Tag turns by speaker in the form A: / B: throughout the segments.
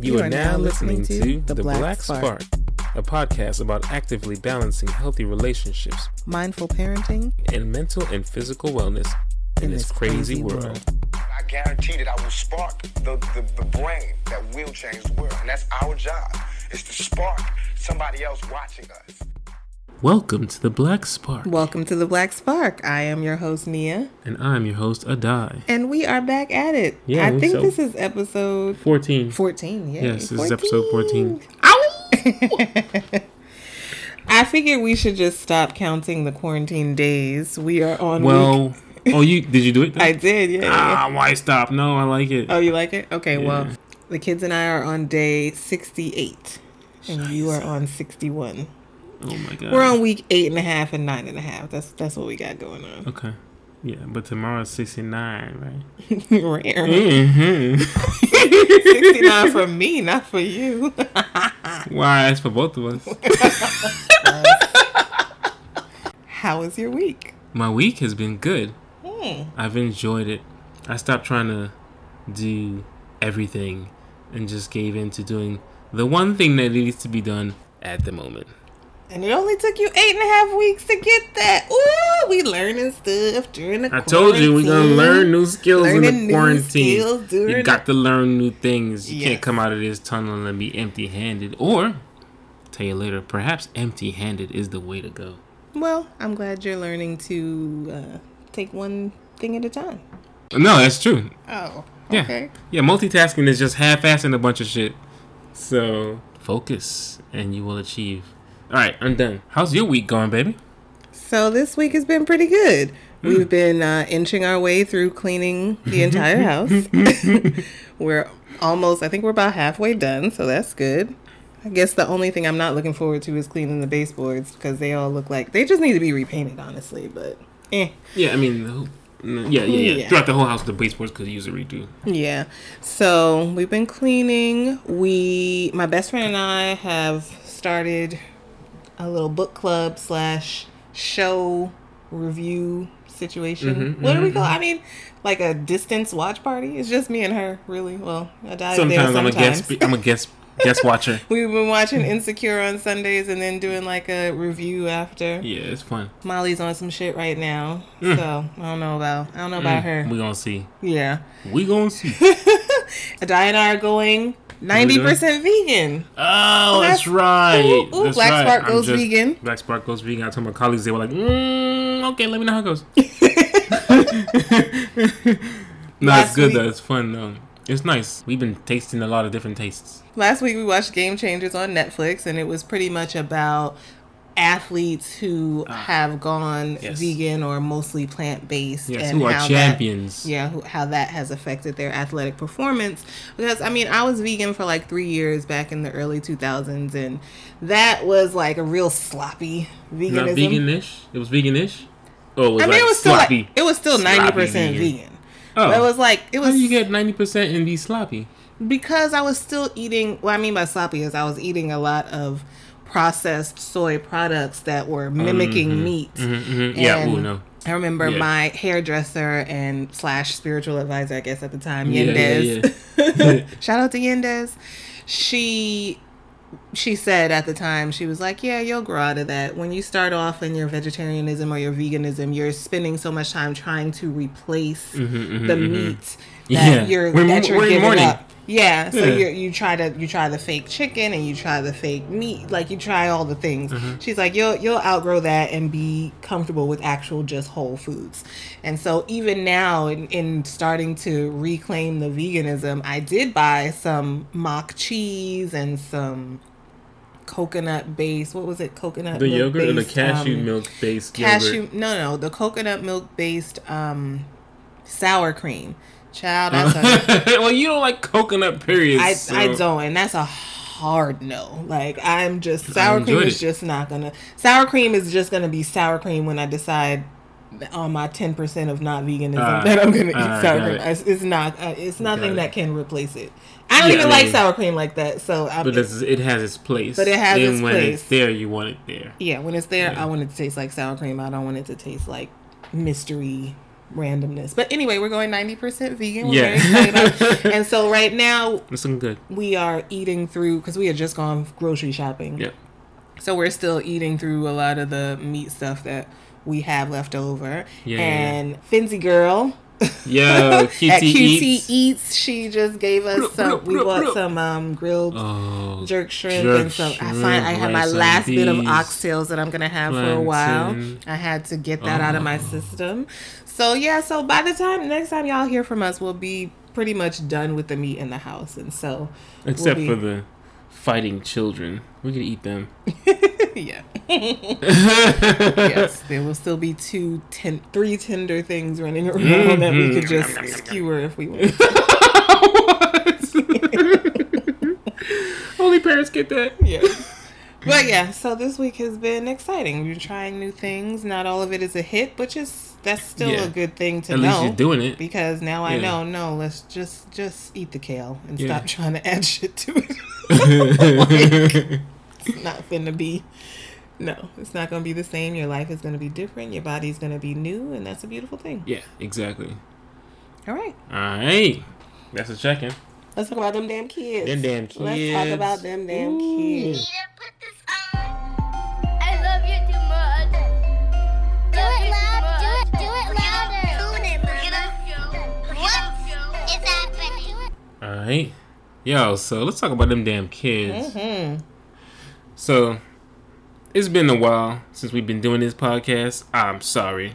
A: You, are, now listening to The Black Spark, a podcast about actively balancing healthy relationships
B: mindful parenting
A: and mental and physical wellness in this crazy world.
C: I guarantee that I will spark the, the, the brain that will change the world. And that's our job, is to spark somebody else watching us.
A: Welcome to The Black Spark,
B: Welcome to the Black Spark. I am your host Nia,
A: and I'm your host Adai.
B: and we are back at it.
A: Yeah, I
B: I
A: think
B: think
A: so.
B: this is episode
A: 14.
B: 14. Yay.
A: Yes, this is episode 14.
B: Ow! I figured we should just stop counting the quarantine days. We are on week-
A: Well, oh, you did you do it?
B: I did, yeah.
A: ah, why stop? No, I like it.
B: Oh, you like it? Okay, well,
A: Yeah.
B: the kids and I are on day 68, and you are on 61.
A: oh my god.
B: We're on week eight and a half and nine and a half. That's that's what we got going on.
A: Okay. Yeah, but tomorrow's 69, right?
B: Rare.
A: Mm-hmm.
B: 69 for me, not for you.
A: Why? That's for both of us.
B: How was your week?
A: My week has been good.
B: Hmm.
A: I've enjoyed it. I stopped trying to do everything and just gave in to doing the one thing that needs to be done at the moment.
B: And it only took you eight and a half weeks to get that. Ooh, we learning stuff during the
A: I told you we're gonna
B: quarantine.
A: learn new skills in
B: Learning
A: the
B: new skills
A: quarantine.
B: during
A: You got to learn new things. You
B: Yes.
A: can't come out of this tunnel and be empty handed. Or, tell you later, perhaps empty handed is the way to go.
B: Well, I'm glad you're learning to uh, take one thing at a time.
A: No, that's true.
B: Oh,
A: Yeah.
B: okay.
A: Yeah, multitasking is just half assing a bunch of shit. So focus and you will achieve. Alright, I'm done. How's your week going, baby?
B: So this week has been pretty good. We've been uh, inching our way through cleaning the entire house. we're almost, I think we're about halfway done, so that's good. I guess the only thing I'm not looking forward to is cleaning the baseboards because they all look like they just need to be repainted, honestly. But eh.
A: Yeah, I mean the whole- no, yeah, yeah, yeah,
B: Yeah.
A: Throughout the whole house the baseboards could use a redo.
B: Yeah. So we've been cleaning. We, my best friend and I, have started a little book club slash show review situation.
A: Mm-hmm,
B: what do we call? I mean, like a distance watch party. It's just me and her, really. Well, I died
A: Sometimes
B: there.
A: I'm a
B: Sometimes
A: guest spe- I'm a guest guest watcher.
B: We've been watching Insecure on Sundays and then doing like a review after.
A: Yeah, it's fun.
B: Molly's on some shit right now, so I don't know about I don't know about her.
A: Mm. We gonna see.
B: Yeah,
A: We gonna see.
B: Adai and I are going ninety percent vegan.
A: Oh, that's
B: That's-
A: right.
B: ooh, ooh,
A: that's
B: Black
A: right.
B: Spark
A: I'm
B: goes vegan.
A: Black Spark goes vegan. I told my colleagues they were like, mm, okay, let me know how it goes. no, it's
B: Last
A: good
B: week-
A: though. It's fun though. It's nice. We've been tasting a lot of different tastes.
B: Last week we watched Game Changers on Netflix, and it was pretty much about athletes who have gone
A: Ah. yes.
B: vegan or mostly plant based.
A: Yes, who are champions.
B: That, yeah, who, how that has affected their athletic performance. Because I mean, I was vegan for like three years back in the early 2000s, and that was like a real sloppy veganism.
A: Not veganish. It was veganish. Oh, it was
B: I mean,
A: like
B: it was still
A: sloppy.
B: like, it was still
A: Sloppy
B: ninety percent
A: vegan.
B: vegan.
A: oh,
B: But it was like it
A: how
B: was
A: do you get ninety percent and be sloppy?
B: because I was still eating. What I mean by sloppy is I was eating a lot of processed soy products that were mimicking meat.
A: Mm, Mm-hmm. yeah.
B: Mm-hmm. And
A: Oh no.
B: I remember
A: Yeah.
B: my hairdresser and slash spiritual advisor, I guess at the time,
A: Yeah, yeah,
B: Yendez. Shout out to Yendez. She she said at the time she was like yeah you'll grow out of that when you start off in your vegetarianism or your veganism you're spending so much time trying to replace the meat that
A: Mm-hmm, Yeah.
B: you're
A: We're in-
B: that you're
A: we're in
B: giving
A: mourning.
B: up yeah so
A: Yeah.
B: you you try to you try the fake chicken and you try the fake meat like you try all the things
A: Mm-hmm.
B: she's like you'll you'll outgrow that and be comfortable with actual just whole foods and so even now in, in starting to reclaim the veganism i did buy some mock cheese and some coconut base what was it coconut
A: The
B: milk
A: yogurt or the
B: based,
A: cashew
B: um,
A: milk based
B: cashew
A: yogurt.
B: no no the coconut milk based um sour cream child i'm sorry
A: well, you don't like coconut, period.
B: I,
A: so-
B: I don't, and that's a hard no. Like I'm just sour cream
A: enjoyed
B: is
A: it.
B: just not gonna. Sour cream is just gonna be sour cream when I decide on my ten percent of not veganism
A: Ah,
B: that I'm gonna eat
A: ah,
B: sour
A: got
B: cream.
A: it.
B: It's, it's not. Uh, it's nothing
A: it.
B: that can replace it. I don't
A: Yeah,
B: even
A: I
B: like
A: mean-
B: sour cream like that. So um, I,
A: But this, it has its place.
B: But it has
A: and
B: its
A: when
B: place.
A: it's there, you want it there.
B: yeah, when it's there, I want it to taste like sour cream. I don't want it to taste like mystery randomness. But anyway, we're going 90% vegan. We're
A: Yeah.
B: very excited about it. and so right now
A: It's looking good.
B: we are eating through because we had just gone grocery shopping.
A: Yep.
B: So we're still eating through a lot of the meat stuff that we have left over.
A: Yeah.
B: And Finzi girl
A: Yo, E. QT,
B: at E. QT
A: eats.
B: Eats. she just gave us some. We bought some um, grilled
A: Oh,
B: jerk shrimp
A: jerk
B: and some. I
A: shrimp,
B: find I have my
A: rice and
B: last bit of
A: beans.
B: oxtails that I'm gonna have for a while.
A: Plantain.
B: I had to get that out of my
A: Oh.
B: system. So yeah, so by the time next time y'all hear from us, we'll be pretty much done with the meat in the house, and so we'll
A: except
B: be-
A: for the fighting children. We could eat them.
B: yeah. yes, there will still be two, ten, three tender things running around that we could just
A: Mm-hmm.
B: skewer if we want.
A: Only parents get that.
B: yeah. But yeah, so this week has been exciting. We're trying new things. Not all of it is a hit, but just that's still
A: Yeah.
B: a good thing to
A: At
B: know.
A: least you're doing it.
B: because now I
A: Yeah.
B: know. No, let's just just eat the kale and
A: Yeah.
B: stop trying to add shit to it. it's not finna be. No, it's not gonna be the same. Your life is gonna be different. Your body's gonna be new, and that's a beautiful thing.
A: yeah, exactly.
B: All right,
A: All right. That's a check in.
B: let's talk about them damn kids.
A: Them damn kids.
B: Let's talk about them damn kids.
D: Peter, put this on. I love you too much. Do it loud. Do it. Do it louder. Tune it, Mama. What is happening?
A: All right. Yo, so let's talk about them damn kids.
B: Hmm.
A: So, it's been a while since we've been doing this podcast. I'm sorry.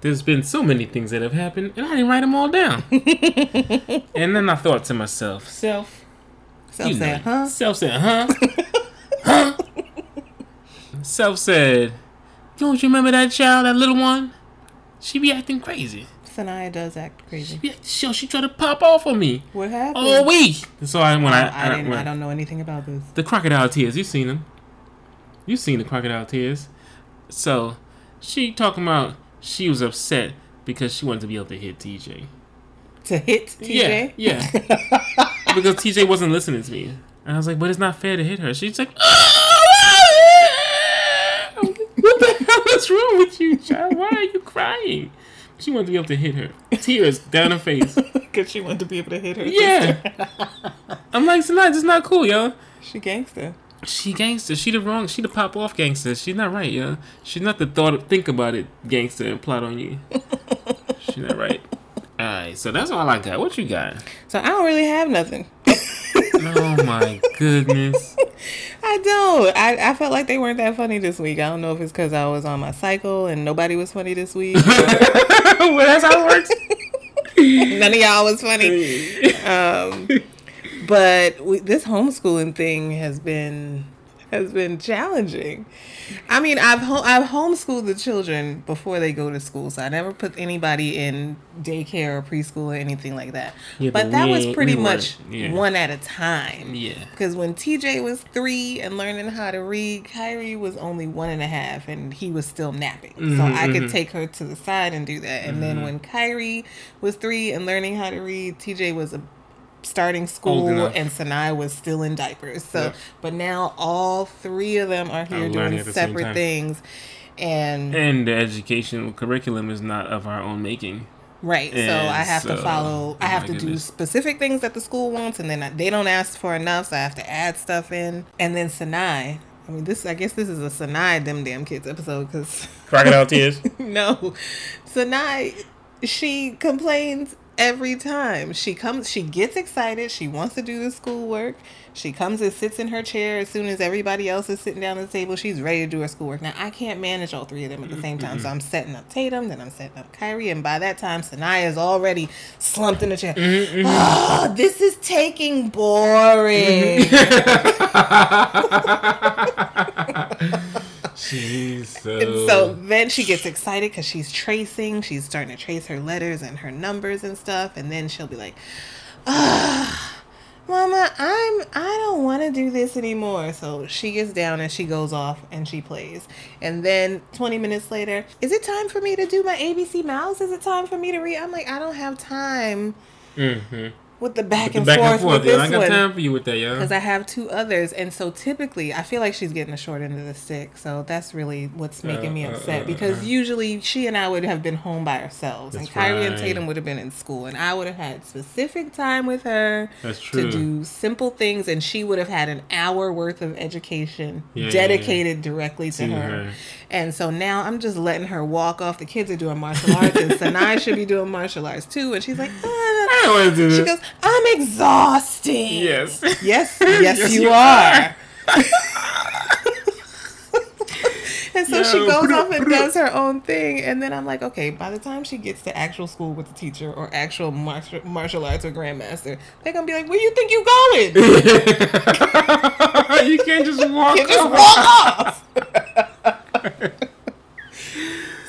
A: There's been so many things that have happened, and I didn't write them all down. and then I thought to myself, self,
B: So
A: you
B: sad,
A: know,
B: huh?
A: Self said, huh? huh? Self said, don't you remember that child, that little one? She be acting crazy.
B: Sanaya does act crazy.
A: Yeah, she, she tried to pop off on me
B: What happened?
A: all week. So I when I,
B: Oh, I,
A: I-
B: didn't.
A: when-
B: I don't know anything about this.
A: the crocodile tears. You seen them? You seen the crocodile tears? So she talking about she was upset because she wanted to be able to hit TJ.
B: To hit TJ.
A: Yeah, yeah. because TJ wasn't listening to me, and I was like, "But it's not fair to hit her." She's like, "Ah!" I'm like, "What the hell is wrong with you, child? Why are you crying?" She wanted to be able to hit her. Tears down her face.
B: Because she wanted to be able to hit her.
A: Yeah. I'm like, it's not, it's not cool, yo.
B: She gangster.
A: She gangster. She the wrong. She the pop off gangster. She's not right, yo. She's not the thought of think about it gangster and plot on you. She's not right. All right, so that's all I got. What you got?
B: So I don't really have nothing.
A: Oh my goodness.
B: I don't. I, I felt like they weren't that funny this week. I don't know if it's because I was on my cycle and nobody was funny this week.
A: well, that's how it works.
B: None of y'all was funny. Um, but we, this homeschooling thing has been has been challenging. I mean, I've ho- I've homeschooled the children before they go to school, so I never put anybody in daycare or preschool or anything like that.
A: Yeah,
B: but
A: but
B: that
A: we
B: was
A: ain't-
B: pretty
A: we
B: much
A: weren't, yeah.
B: one at a time.
A: Yeah.
B: Because when TJ was three and learning how to read, Kyrie was only one and a half and he was still napping.
A: Mm-hmm,
B: so I could take her to the side and do that. And then when Kyrie was three and learning how to read, TJ was a starting school
A: enough.
B: and Sanai was still in diapers. So,
A: Yeah.
B: but now all three of them are here
A: learning
B: doing
A: at the same
B: separate
A: time.
B: things. And
A: And the educational curriculum is not of our own making.
B: Right. So
A: And
B: I have to
A: so-
B: follow. I
A: oh
B: have
A: my
B: to do
A: goodness.
B: specific things that the school wants, and then I, they don't ask for enough, so I have to add stuff in. And then Sinai. I mean, this. I guess this is a Sinai them damn kids episode because
A: Crocodile tears.
B: no, Sinai. She complains every time she comes. She gets excited. She wants to do the schoolwork. She comes and sits in her chair as soon as everybody else is sitting down at the table. She's ready to do her schoolwork. Now I can't manage all three of them at the same time, so I'm setting up Tatum, then I'm setting up Kyrie, and by that time, Sanaya is already slumped in the chair. Oh, this is taking boring.
A: She's
B: And so then she gets excited because she's tracing. She's starting to trace her letters and her numbers and stuff. And then she'll be like, "Ah, Mama, I'm I don't want to do this anymore." So she gets down and she goes off and she plays. And then 20 minutes later, is it time for me to do my ABC mouse? Is it time for me to read? I'm like, I don't have time. with the back,
A: Mm-hmm. The
B: and,
A: back
B: forth
A: and forth.
B: with
A: Yo, I
B: this
A: got
B: one.
A: time for you with that, yo.
B: because I have two others, and so typically I feel like she's getting the short end of the stick. So that's really what's making me
A: Uh, uh,
B: upset
A: uh,
B: because
A: uh.
B: usually she and I would have been home by ourselves, and
A: That's
B: Kyrie and
A: right.
B: Tatum would have been in school, and I would have had specific time with her
A: That's
B: to
A: true.
B: do simple things, and she would have had an hour worth of education
A: Yeah, yeah, yeah.
B: dedicated directly to
A: To
B: her.
A: her.
B: And so now I'm just letting her walk off. The kids are doing martial arts, and Sanai should be doing martial arts too, and she's like. "Ah."
A: I don't want to do
B: She
A: this.
B: goes, I'm exhausted.
A: yes.
B: Yes, yes,
A: Yes,
B: you,
A: you
B: are. and so she
A: Yo,
B: goes
A: bruh,
B: off and
A: bruh.
B: does her own thing, and then I'm like, okay. By the time she gets to actual school with the teacher or actual martial, martial arts or grandmaster, they're gonna be like, where you think you going?
A: Oh, you can't just walk
B: You just
A: off.
B: walk off.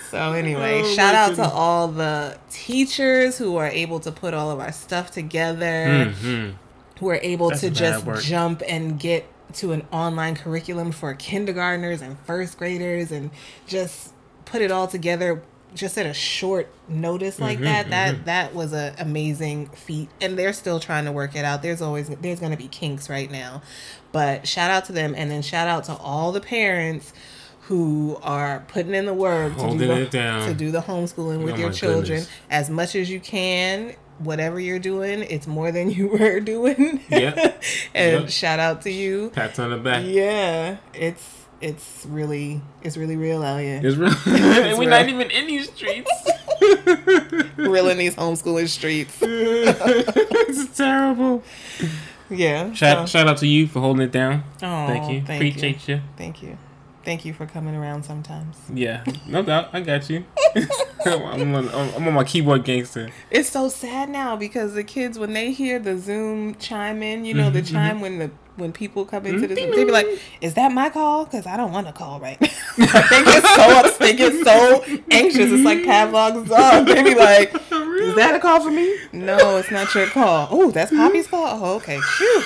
B: so anyway,
A: Oh,
B: shout
A: my
B: out
A: goodness.
B: to all the teachers who are able to put all of our stuff together.
A: Mhm.
B: who are able
A: That's
B: to
A: bad
B: just
A: work.
B: jump and get to an online curriculum for kindergartners and first graders and just put it all together just at a short notice like
A: Mm-hmm,
B: that that that was a amazing feat and they're still trying to work it out there's always there's going to be kinks right now but shout out to them and then shout out to all the parents who are putting in the work to do
A: Holding
B: the,
A: it down.
B: to do the homeschooling with
A: Oh
B: your
A: my
B: children
A: goodness.
B: as much as you can whatever you're doing it's more than you were doing
A: Yep.
B: and
A: Yep.
B: shout out to you
A: Pats on the back.
B: yeah it's it's really it's really real out here
A: It's real.
B: It's
A: and we're not
B: real.
A: even in these streets.
B: real in these homeschooling streets
A: it's terrible.
B: yeah
A: Shout,
B: so-
A: shout out to you for holding it down.
B: Aw,
A: thank you.
B: thank
A: Appreciate you.
B: thank you thank you for coming around sometimes
A: Yeah, no doubt. I got you. I'm, on, I'm on my keyboard gangster.
B: it's so sad now because the kids when they hear the zoom chime in you know
A: Mm-hmm,
B: the chime when the when people come into the zoom they be like is that my call because i don't want to call right now they get so ups- they get so anxious it's like
A: Mm-hmm.
B: pavlov's dog Oh, they be like is that a call for me no it's not your call oh that's
A: Mm-hmm.
B: poppy's call oh okay Phew.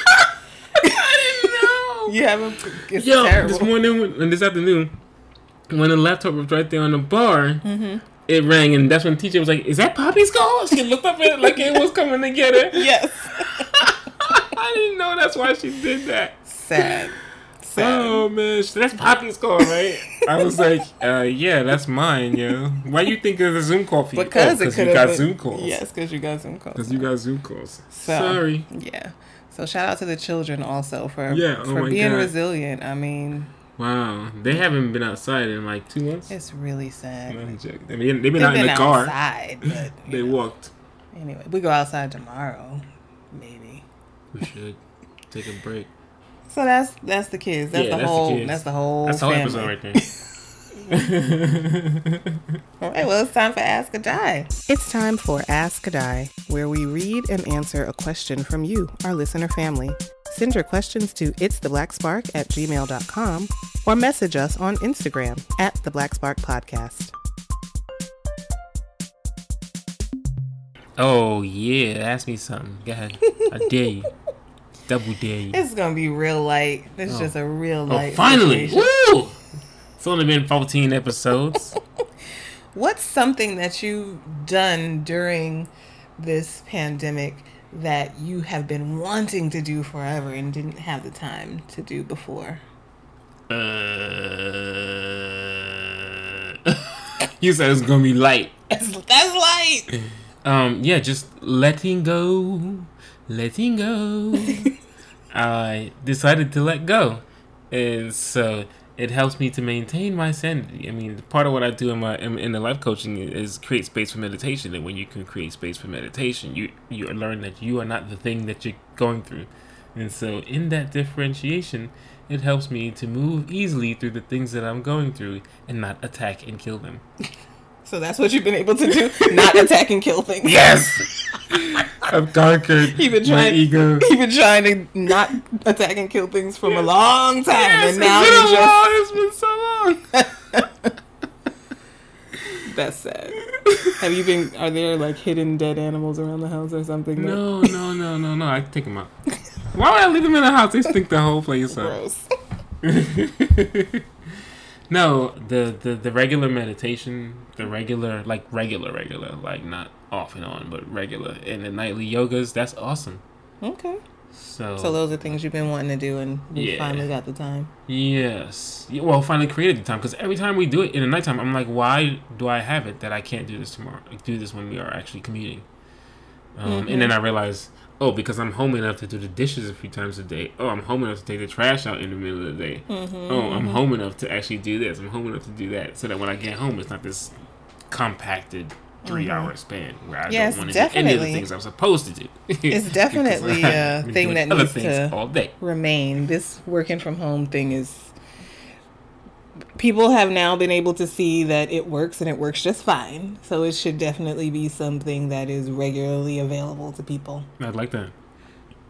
A: no.
B: you haven't it's
A: Yo,
B: terrible
A: this morning when- and this afternoon, when the laptop was right there on the bar,
B: Mm-hmm.
A: it rang, and that's when the teacher was like, "Is that Poppy's call?" She looked up at it like it was coming to get her.
B: yes
A: I didn't know that's why she did that.
B: sad sad
A: Oh man, sh- that's Poppy's call, right? I was like, uh, "Yeah, that's mine, yo." Why you think it's a Zoom call for you?
B: because
A: Oh,
B: it could
A: you
B: have
A: got
B: been
A: Zoom calls.
B: yes because you got zoom calls
A: Because you got Zoom calls.
B: So,
A: Sorry.
B: Yeah. So shout out to the children also for
A: Yeah, oh
B: for
A: my
B: being
A: God.
B: resilient. I mean,
A: Wow, they haven't been outside in like two months.
B: it's really sad.
A: I'm joking. I mean, they've been
B: They've
A: out in
B: been
A: the car.
B: outside, but
A: They
B: you know.
A: walked.
B: anyway, we go outside tomorrow, maybe.
A: We should take a break.
B: So that's that's the kids. That's
A: Yeah,
B: the
A: that's the
B: whole
A: kids.
B: that's the whole
A: That's the whole
B: family.
A: episode right there.
B: All right, well, it's time for Ask a Die. It's time for Ask a Die, where we read and answer a question from you, our listener family. Send your questions to it's the black spark at gmail.com or message us on Instagram at the black spark podcast.
A: oh yeah, ask me something. Go ahead. I dare you. Double dare you.
B: This is gonna be real light. This is just a real
A: Oh,
B: light.
A: finally!
B: situation.
A: Woo! It's only been 14 episodes.
B: What's something that you've done during this pandemic that you have been wanting to do forever and didn't have the time to do before?
A: uh... you said it's gonna be light.
B: That's, that's light.
A: Um, yeah, just letting go, letting go. I decided to let go, and so it helps me to maintain my sanity. I mean, part of what I do in my in, in the life coaching is create space for meditation. And when you can create space for meditation, you you learn that you are not the thing that you're going through, and so in that differentiation, it helps me to move easily through the things that I'm going through and not attack and kill them.
B: So that's what you've been able to do, not attack and kill things.
A: Yes, I've conquered
B: You've been
A: my
B: trying-
A: ego.
B: You've been trying to not attack and kill things from a long time,
A: Yes,
B: and now
A: it's been
B: you
A: a
B: just
A: while. It's been so long.
B: that's sad. Have you been? Are there like hidden dead animals around the house or something? that-
A: No, no, no, no, no. I can take them out. Why would I leave them in the house? They stink the whole place up.
B: gross.
A: No, the, the the regular meditation, the regular like regular regular like not off and on, but regular and the nightly yogas. That's awesome.
B: Okay.
A: So,
B: So those are things you've been wanting to do, and we
A: Yeah.
B: finally got the time.
A: yes, Yeah, well, finally created the time because every time we do it in the nighttime, I'm like, why do I have it that I can't do this tomorrow? Like, do this when we are actually commuting. Um,
B: Mm-hmm.
A: And then I realize, oh, because I'm home enough to do the dishes a few times a day. Oh, I'm home enough to take the trash out in the middle of the day.
B: Mm-hmm,
A: Oh, I'm home enough to actually do this. I'm home enough to do that, so that when I get home, it's not this compacted 3 hour span where I
B: Mm-hmm. Yes,
A: don't want to do any of the
B: definitely.
A: things I'm supposed to do. Because
B: definitely a
A: I've been
B: thing
A: doing
B: that
A: other
B: needs
A: things
B: to-
A: all day.
B: remain. This working from home thing is. People have now been able to see that it works and it works just fine. So it should definitely be something that is regularly available to people.
A: I'd like that.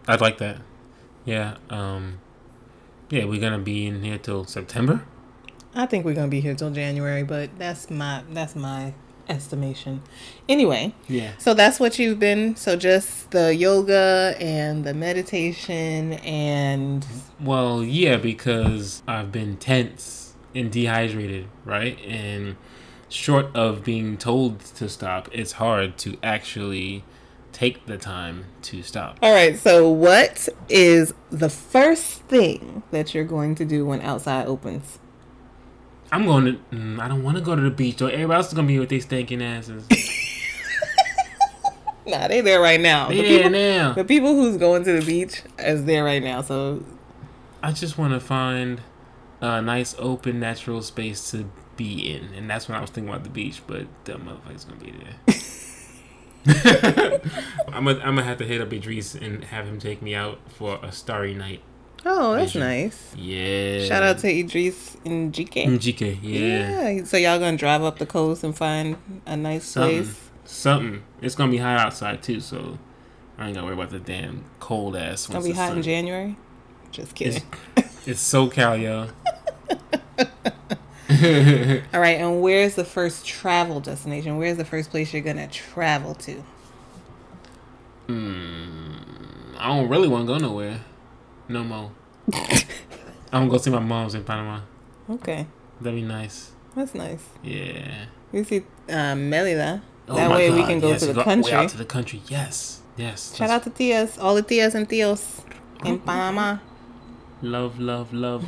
A: I'd like that. Yeah. Um Yeah, we're gonna be in here till September.
B: I think we're gonna be here till January, but that's my that's my estimation. Anyway,
A: Yeah.
B: so that's what you've been. So just the yoga and the meditation and
A: Well, yeah, because I've been tense and dehydrated, right? And short of being told to stop, it's hard to actually take the time to stop.
B: all right. So what is the first thing that you're going to do when outside opens?
A: I'm going to. mm, I don't want to go to the beach, or everybody else is gonna be with their stinking asses.
B: Nah, they there right now. The
A: yeah,
B: people,
A: now.
B: the people who's going to the beach is there right now. So
A: I just want to find a nice, open, natural space to be in, and that's when I was thinking about the beach. But that motherfucker's gonna be there. I'm gonna I'm gonna have to hit up Idris and have him take me out for a starry night.
B: oh, that's
A: Vision.
B: nice.
A: Yeah.
B: Shout out to Idris and GK.
A: MGK. Mm, Yeah.
B: Yeah. So y'all gonna drive up the coast and find a nice
A: Something.
B: place.
A: Something. It's gonna be hot outside too, so I ain't gonna worry about the damn cold ass.
B: Gonna be hot in January? Just kidding.
A: It's so cal, yo.
B: All right, and where's the first travel destination? Where's the first place you're gonna travel to?
A: I don't really want to go nowhere. No more. I'm gonna go see my mom's in Panama.
B: Okay,
A: That'd be nice.
B: that's nice.
A: Yeah.
B: We see um, Melila.
A: Oh
B: that
A: my
B: way we
A: God,
B: can go
A: yes,
B: to the
A: go
B: country.
A: Way out to the country. Yes. Yes.
B: Shout
A: That's-
B: out to Tias, all the Tias and Tios
A: Oh.
B: in Panama.
A: Love, love, love.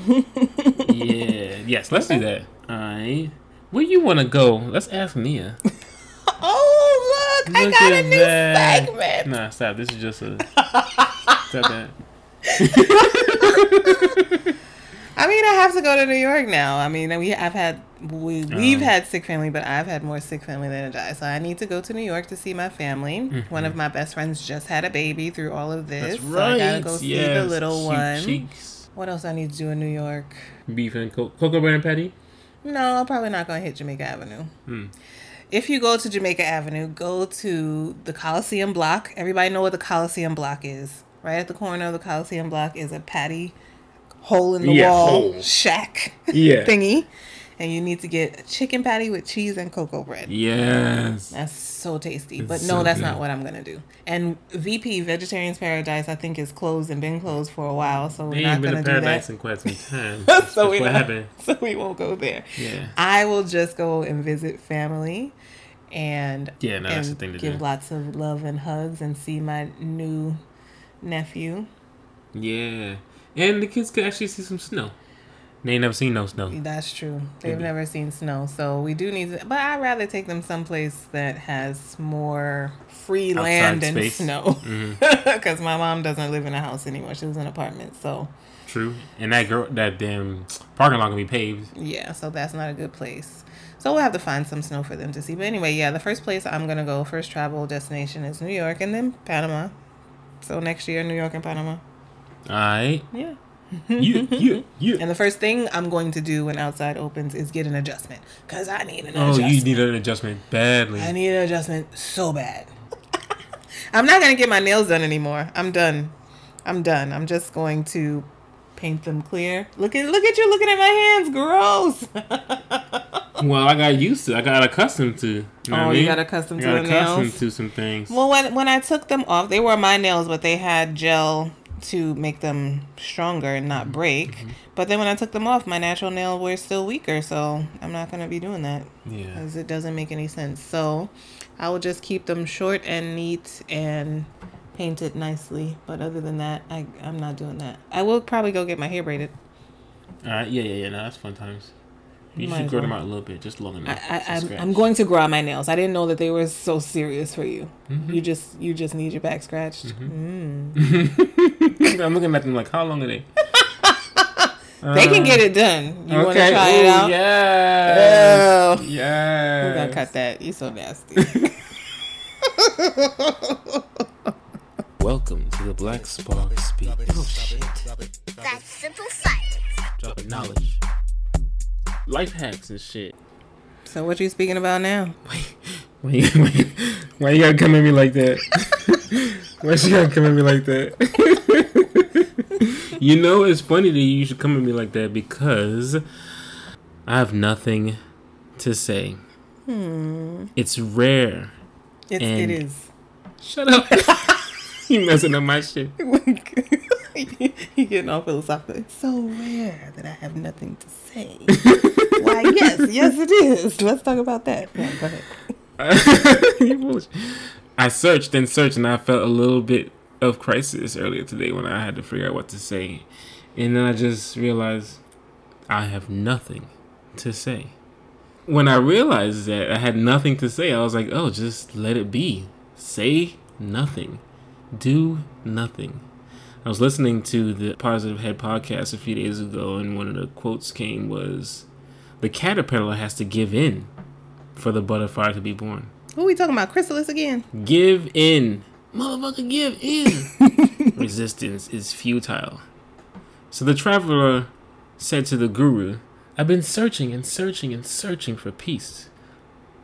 A: yeah. Yes. Let's do that. All right. Where you want to go? Let's ask Nia.
B: Oh look, I
A: Look
B: got a
A: at
B: new
A: that.
B: segment.
A: Nah, stop. This is just a. stop that.
B: I mean, I have to go to New York now. I mean, we I've had we
A: Oh.
B: we've had sick family, but I've had more sick family than a die. So I need to go to New York to see my family. One of my best friends just had a baby through all of this.
A: Mm-hmm. That's
B: so
A: right.
B: I gotta go see the
A: Yes,
B: little
A: cute
B: one.
A: Cheeks.
B: What else I need to do in New York?
A: Beef and co- cocoa bread and patty.
B: No, I'm probably not going to hit Jamaica Avenue.
A: Hmm.
B: If you go to Jamaica Avenue, go to the Coliseum Block. Everybody know what the Coliseum Block is. Right at the corner of the Coliseum Block is a patty hole in the
A: Yeah,
B: wall
A: hole.
B: shack
A: Yeah.
B: thingy. And you need to get a chicken patty with cheese and cocoa bread.
A: Yes.
B: That's so tasty. but
A: It's
B: no,
A: so
B: that's
A: good.
B: not what I'm going to do. And VP, Vegetarian's Paradise, I think is closed and been closed for a while. So we're
A: They
B: not
A: ain't been
B: going
A: to
B: to do that.
A: paradise in quite some time.
B: so we
A: what
B: not-
A: happened.
B: So we won't go there.
A: Yeah.
B: I will just go and visit family, and
A: Yeah, no, that's
B: and
A: the thing to
B: give
A: do.
B: lots of love and hugs and see my new nephew.
A: Yeah. And the kids could actually see some snow. They ain't never seen no snow.
B: That's true. They've never seen snow, so we do need to. But I'd rather take them someplace that has more free
A: Outside
B: land and
A: space. Mm-hmm.
B: snow, because my mom doesn't live in a house anymore. She lives in an apartment, so
A: True. And that girl, that damn parking lot gonna be paved.
B: Yeah, so that's not a good place. So we'll have to find some snow for them to see. But anyway, yeah, the first place I'm gonna go, first travel destination is New York and then Panama. So next year, New York and Panama.
A: All right.
B: Yeah.
A: You, you, you.
B: And the first thing I'm going to do when outside opens is get an adjustment, cause I need an
A: Oh,
B: adjustment.
A: you need an adjustment badly.
B: I need an adjustment so bad. I'm not gonna get my nails done anymore. I'm done. I'm done. I'm just going to paint them clear. Look at look at you looking at my hands. Gross.
A: Well, I got used to. I got accustomed to. You know what
B: Oh,
A: I
B: you
A: mean?
B: got accustomed
A: I
B: to
A: got
B: the
A: accustomed
B: nails?
A: to some things.
B: Well, when when I took them off, they were my nails, but they had gel to make them stronger and
A: Mm-hmm.
B: not break. But then when I took them off, my natural nail were still weaker, so I'm not gonna be doing that
A: Yeah.
B: because it doesn't make any sense. So I will just keep them short and neat and paint it nicely. But other than that, I I'm not doing that. I will probably go get my hair braided.
A: All right. Yeah, yeah, yeah. No, that's fun times. You
B: Might
A: should
B: as
A: grow them
B: well.
A: out a little bit, just long enough. to
B: I, I, I'm,
A: scratch.
B: I'm going to grow out my nails. I didn't know that they were so serious for you.
A: Mm-hmm.
B: You just you just need your back scratched.
A: I'm looking at them like, how long are they?
B: They can get it done. You want to try it
A: Ooh,
B: out?
A: Yes.
B: Oh.
A: Yes.
B: We're gonna cut that. You're so nasty.
A: Welcome to the Black Spark Speak. Oh,
D: That's simple science.
A: knowledge. Life hacks and shit.
B: so what you speaking about now?
A: Why you, why, you, why you gotta come at me like that? why she gotta come at me like that? you know, it's funny that you should come at me like that because I have nothing to say. It's rare.
B: It's, it
A: And-
B: is.
A: Shut up. you messing up my shit.
B: you getting all philosophical. It's so rare that I have nothing to say. Why? Yes, yes, it is. Let's talk about that. No, go ahead.
A: You foolish. I searched and searched, and I felt a little bit of crisis earlier today when I had to figure out what to say. And then I just realized I have nothing to say. When I realized that I had nothing to say, I was like, oh, just let it be. Say nothing. Do nothing. I was listening to the Positive Head podcast a few days ago, and one of the quotes came was, The caterpillar has to give in for the butterfly to be born.
B: Who we talking about? Chrysalis again?
A: Give in. Motherfucker, give in. Resistance is futile. So the traveler said to the guru, I've been searching and searching and searching for peace.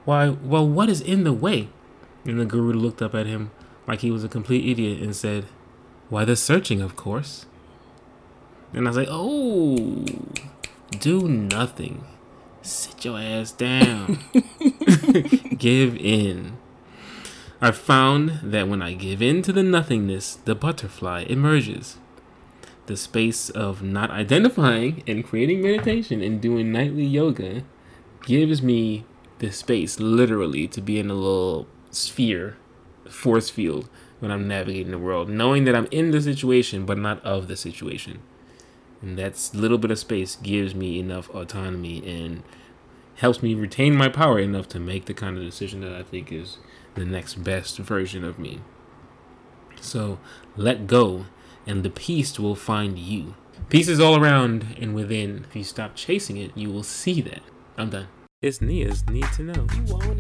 A: Why, well, what is in the way? And the guru looked up at him like he was a complete idiot and said, Why, the searching, of course. And I was like, Oh, do nothing. Sit your ass down. give in. I found that when I give in to the nothingness, the butterfly emerges. The space of not identifying and creating meditation and doing nightly yoga gives me the space, literally, to be in a little sphere, force field, when I'm navigating the world, knowing that I'm in the situation but not of the situation. And that little bit of space gives me enough autonomy and helps me retain my power enough to make the kind of decision that I think is the next best version of me. So let go, and the peace will find you. Peace is all around and within. If you stop chasing it, you will see that. I'm done. It's Nia's need to know.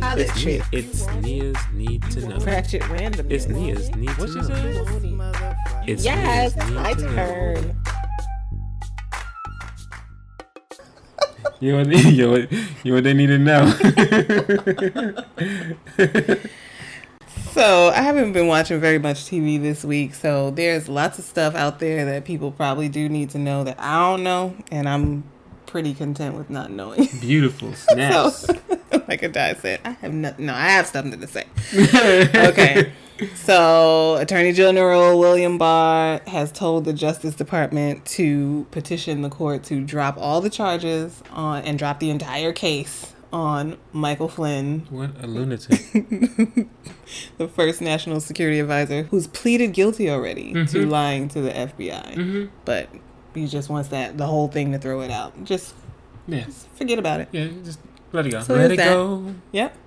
B: How that shit?
A: It's Nia's need to know.
B: Ratchet randomness.
A: It's Nia's need to know. It's Nia's
B: Yes, it's
A: need
B: my
A: to know.
B: turn.
A: You know what they, you know what, you know what they need to know.
B: So I haven't been watching very much TV this week, so there's lots of stuff out there that people probably do need to know that I don't know, and I'm pretty content with not knowing.
A: Beautiful snaps.
B: So, like a die said, I have nothing. No, I have something to say. okay. So, Attorney General William Barr has told the Justice Department to petition the court to drop all the charges on and drop the entire case on Michael Flynn
A: What a lunatic.
B: the first national security advisor who's pleaded guilty already to
A: Mm-hmm.
B: lying to the FBI. But he just wants that the whole thing to throw it out. Just
A: Yeah.
B: forget about it.
A: Yeah, just let it go.
B: So
A: let
B: is
A: it
B: that-
A: go.
B: Yep.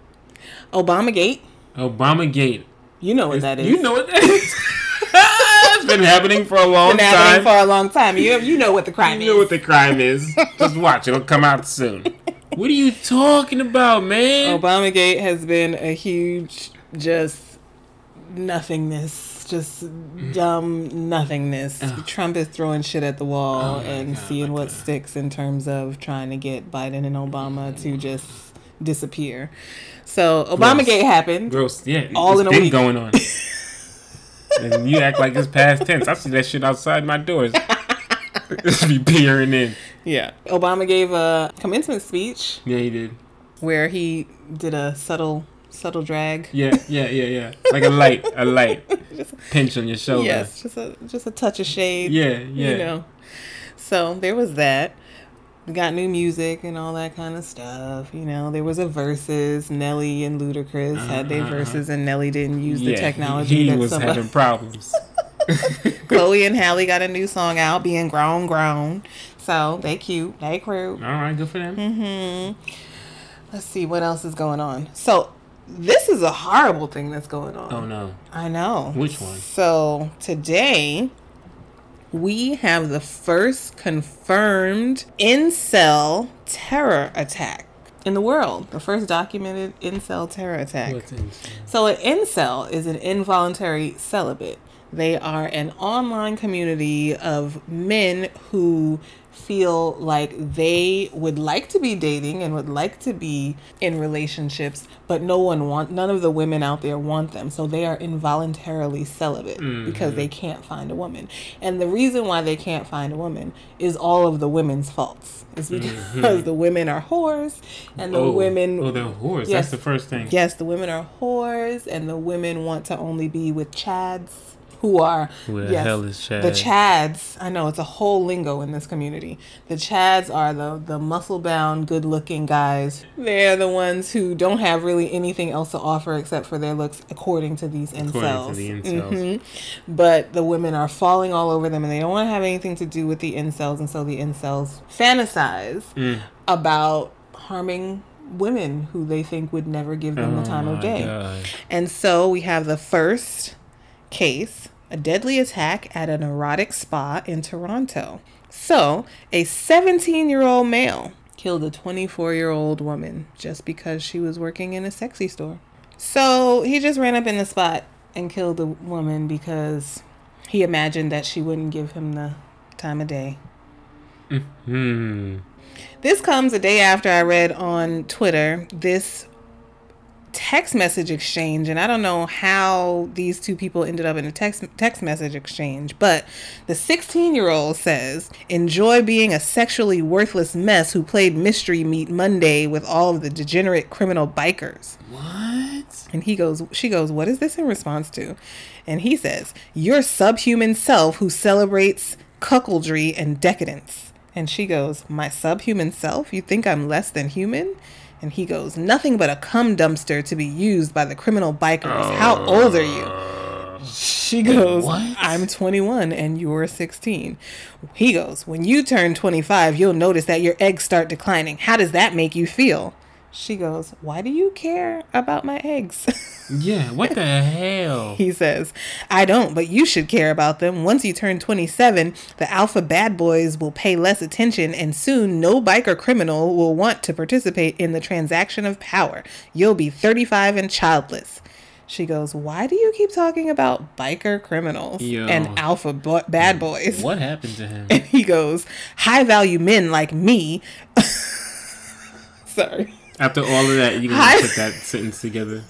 B: Obamagate.
A: Obama Gate.
B: You know what that is.
A: You know what that is. it's been happening for a long
B: Been
A: time.
B: happening for a long time. You you know what the crime
A: you know
B: is.
A: what the crime is. Just watch, it'll come out soon. What are you talking about,
B: Oh,
A: man?
B: Obamagate has been a huge just nothingness. Just
A: Mm.
B: dumb nothingness. Trump is throwing shit at the
A: Oh
B: wall
A: my
B: and
A: God,
B: seeing
A: my
B: what
A: God.
B: sticks in terms of trying to get Biden and Obama to
A: Mm.
B: just disappear. So Obamagate happened.
A: Gross. Yeah,
B: All
A: it's
B: in a
A: been
B: week.
A: going on. and you act like it's past tense. I see that shit outside my doors. Just be peering in.
B: Yeah. Obama gave a commencement speech
A: Yeah, he did.
B: where he did a subtle subtle drag.
A: Yeah, yeah, yeah, yeah. Like a light, a light
B: Just-
A: pinch on your shoulder.
B: Yes, just a just a touch of shade.
A: Yeah, yeah.
B: You know. So there was that. We got new music and all that kind of stuff. You know, there was a verses. Nelly and Ludacris had their verses, and Nelly didn't use
A: Uh-huh. Yeah,
B: the
A: he-
B: technology
A: He
B: that
A: was
B: somebody.
A: having problems.
B: Chloe and Halle got a new song out, being grown, grown. So they cute, they cute.
A: All right, good for them.
B: Mm-hmm. Let's see what else is going on. So this is a horrible thing that's going on.
A: Oh no,
B: I know.
A: Which one?
B: So today we have the first confirmed incel terror attack in the world. The first documented incel terror attack.
A: what's in?
B: So an incel is an involuntary celibate. They are an online community of men who feel like they would like to be dating and would like to be in relationships, but no one want none of the women out there want them. So they are involuntarily celibate
A: Mm-hmm.
B: because they can't find a woman. And the reason why they can't find a woman is all of the women's faults. It's because the women are whores and the
A: Mm-hmm. oh,
B: women
A: Oh, they're whores. That's
B: Yes.
A: the first thing.
B: Yes, the women are whores, and the women want to only be with chads who are.
A: Who the
B: yes,
A: hell is Chad?
B: The chads. I know it's a whole lingo in this community. The chads are the the muscle bound, good looking guys. They're the ones who don't have really anything else to offer except for their looks, according to these
A: According
B: incels.
A: to the incels.
B: Mm-hmm. But the women are falling all over them, and they don't want to have anything to do with the incels, and so the incels fantasize
A: Mm.
B: about harming women who they think would never give them the time of
A: Oh my
B: day.
A: God.
B: And so we have the first case a deadly attack at an erotic spa in Toronto. So, a 17 year old male killed a 24 year old woman just because she was working in a sexy store. So, he just ran up in the spot and killed the woman because he imagined that she wouldn't give him the time of day.
A: Hmm.
B: This comes a day after I read on Twitter this text message exchange, and I don't know how these two people ended up in a text text message exchange, but the 16 year old says, "Enjoy being a sexually worthless mess who played mystery meat Monday with all of the degenerate criminal bikers."
A: What?
B: And he goes, she goes, what is this in response to? And he says, your subhuman self who celebrates cuckoldry and decadence. And she goes, my subhuman self? You think I'm less than human? And he goes, nothing but a cum dumpster to be used by the criminal bikers. How old are you? She goes,
A: What?
B: I'm 21 and you're 16. He goes, When you turn 25, you'll notice that your eggs start declining. How does that make you feel? She goes, Why do you care about my eggs?
A: Yeah. What the hell?
B: he says, I don't, but you should care about them. Once you turn 27, the alpha bad boys will pay less attention, and soon no biker criminal will want to participate in the transaction of power. You'll be 35 and childless. She goes, Why do you keep talking about biker criminals
A: Yo.
B: and alpha bo- bad boys?
A: What happened to him?
B: He goes, High value men like me. Sorry.
A: After all of that, you
B: Hi.
A: gonna put that sentence together?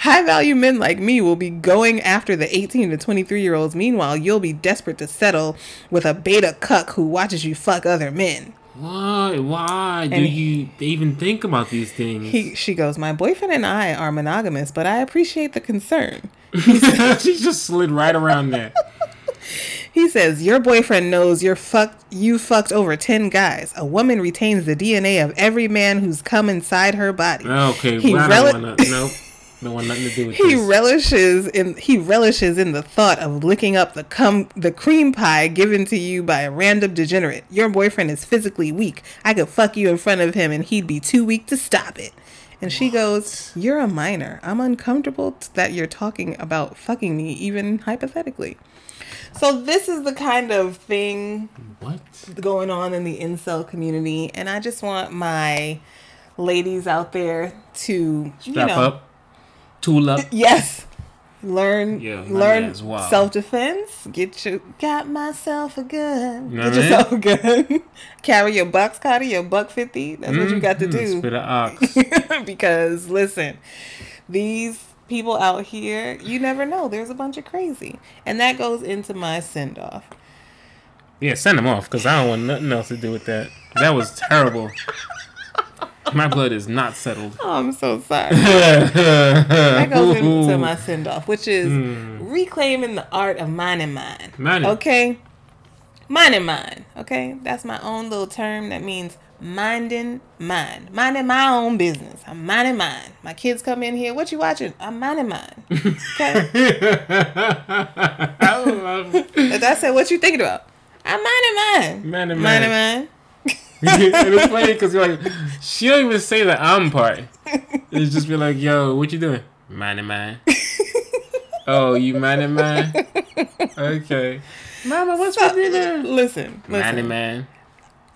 B: High value men like me will be going after the 18 to 23 year olds. Meanwhile, you'll be desperate to settle with a beta cuck who watches you fuck other men.
A: Why? Why do
B: And-
A: you even think about these things?
B: He, she goes, My boyfriend and I are monogamous, but I appreciate the concern.
A: she just slid right around that.
B: He says, Your boyfriend knows you're fucked, you fucked over 10 guys. A woman retains the DNA of every man who's come inside her body.
A: Oh, Okay,
B: He
A: well, I
B: rel-
A: don't want to. Nope, don't want nothing to do with
B: He
A: this.
B: relishes in he relishes in the thought of licking up the cum the cream pie given to you by a random degenerate. Your boyfriend is physically weak. I could fuck you in front of him and he'd be too weak to stop it. And she goes, "You're a minor. I'm uncomfortable t- that you're talking about fucking me even hypothetically." So this is the kind of thing
A: what?
B: going on in the incel community and I just want my ladies out there to
A: Strap up, tool up.
B: Yes. Learn
A: Yeah, my
B: learn
A: man's wild.
B: self defense. Get you got myself a gun.
A: know
B: Get
A: what I mean?
B: yourself a gun. Carry your bucks, Cotty, your buck fifty. That's what you got to do.
A: Mm-hmm. Hmm, Spit a ox.
B: because listen, these people out here, you never know. There's a bunch of crazy. And that goes into my send off.
A: Yeah, send him off because I don't want nothing else to do with that. That was terrible. My blood is not settled.
B: Oh, I'm so sorry. That goes into my send off, which is reclaiming the art of mine and mine.
A: Hmm. Mine.
B: Okay. Mine and mine. Okay. That's my own little term that means minding mine. Minding my own business. I'm minding mine. My kids come in here. What you watching? I'm minding mine. Okay.
A: I love it.
B: if I said, what you thinking about? I'm minding mine.
A: Minding
B: Minding
A: mine.
B: mine.
A: it was funny because you're like, she don't even say the I'm part. It's just be like, yo, what you doing? Minding mine. oh, you minding mine? Okay. Mama, what's
B: So,
A: up with you?
B: listen,
A: Minding
B: listen.
A: mine.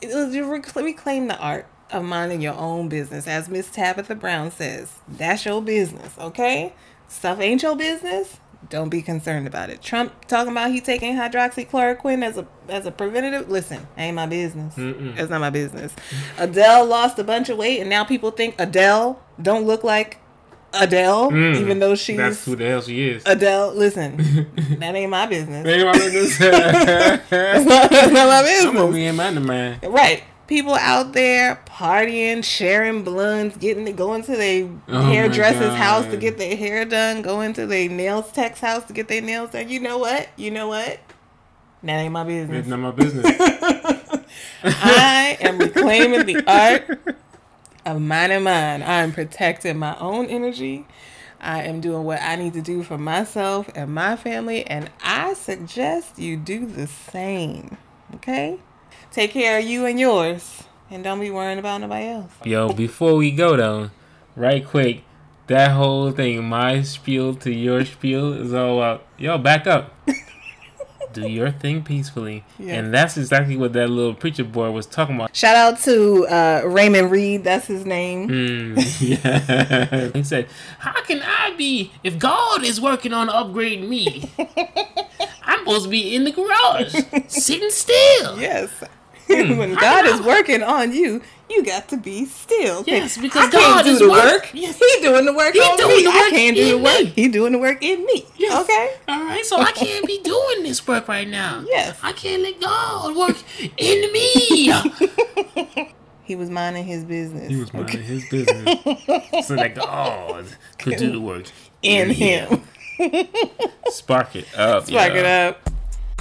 B: It'll- you rec- reclaim the art of minding your own business. As Miss Tabitha Brown says, that's your business, okay? Stuff ain't your business. Don't be concerned about it. Trump talking about he taking hydroxychloroquine as a as a preventative. Listen, ain't my business. That's not my business. Adele lost a bunch of weight, and now people think Adele don't look like Adele, even though she's
A: Mm. That's who the hell she is.
B: Adele. Listen, that ain't my business.
A: Anybody like this?
B: That's not, that's not my business.
A: I'm over here minding mine.
B: Right. People out there partying, sharing blunts, getting to going to their
A: Oh my
B: hairdresser's house to
A: God.
B: get their hair done, going to their nails tech's house to get their nails done. You know what? You know what? That ain't my
A: It's
B: business.
A: not my business.
B: I am reclaiming the art of mine and mine. I am protecting my own energy. I am doing what I need to do for myself and my family, and I suggest you do the same. Okay? Take care of you and yours, and don't be worrying about nobody else.
A: Yo, before we go though, right quick, that whole thing, my spiel to your spiel, is all about yo, back up. Do your thing peacefully.
B: Yeah.
A: And that's exactly what that little preacher boy was talking about.
B: Shout out to uh, Raymond Reed, that's his name.
A: Mm, yeah. He said, How can I be if God is working on upgrading me? I'm supposed to be in the garage, sitting still.
B: Yes.
A: Hmm.
B: when God is working on you, you got to be still.
A: Yes,
B: Think,
A: because
B: I can't
A: God
B: do
A: is
B: the
A: work.
B: work.
A: Yes.
B: He doing the work.
A: He
B: on
A: doing
B: me.
A: the
B: I
A: work
B: can't do the
A: in
B: work.
A: me.
B: He doing the work in me.
A: Yes.
B: Okay.
A: All right, so I can't be doing this work right now.
B: Yes.
A: I can't let God work in me.
B: He was minding his business.
A: He was minding his business so that God could do the work
B: in him.
A: Spark it up.
B: Spark
A: yo.
B: it up.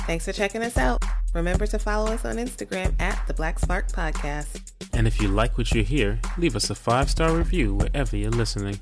B: Thanks for checking us out. Remember to follow us on Instagram at the Black Spark Podcast.
A: And if you like what you hear, leave us a five star review wherever you're listening.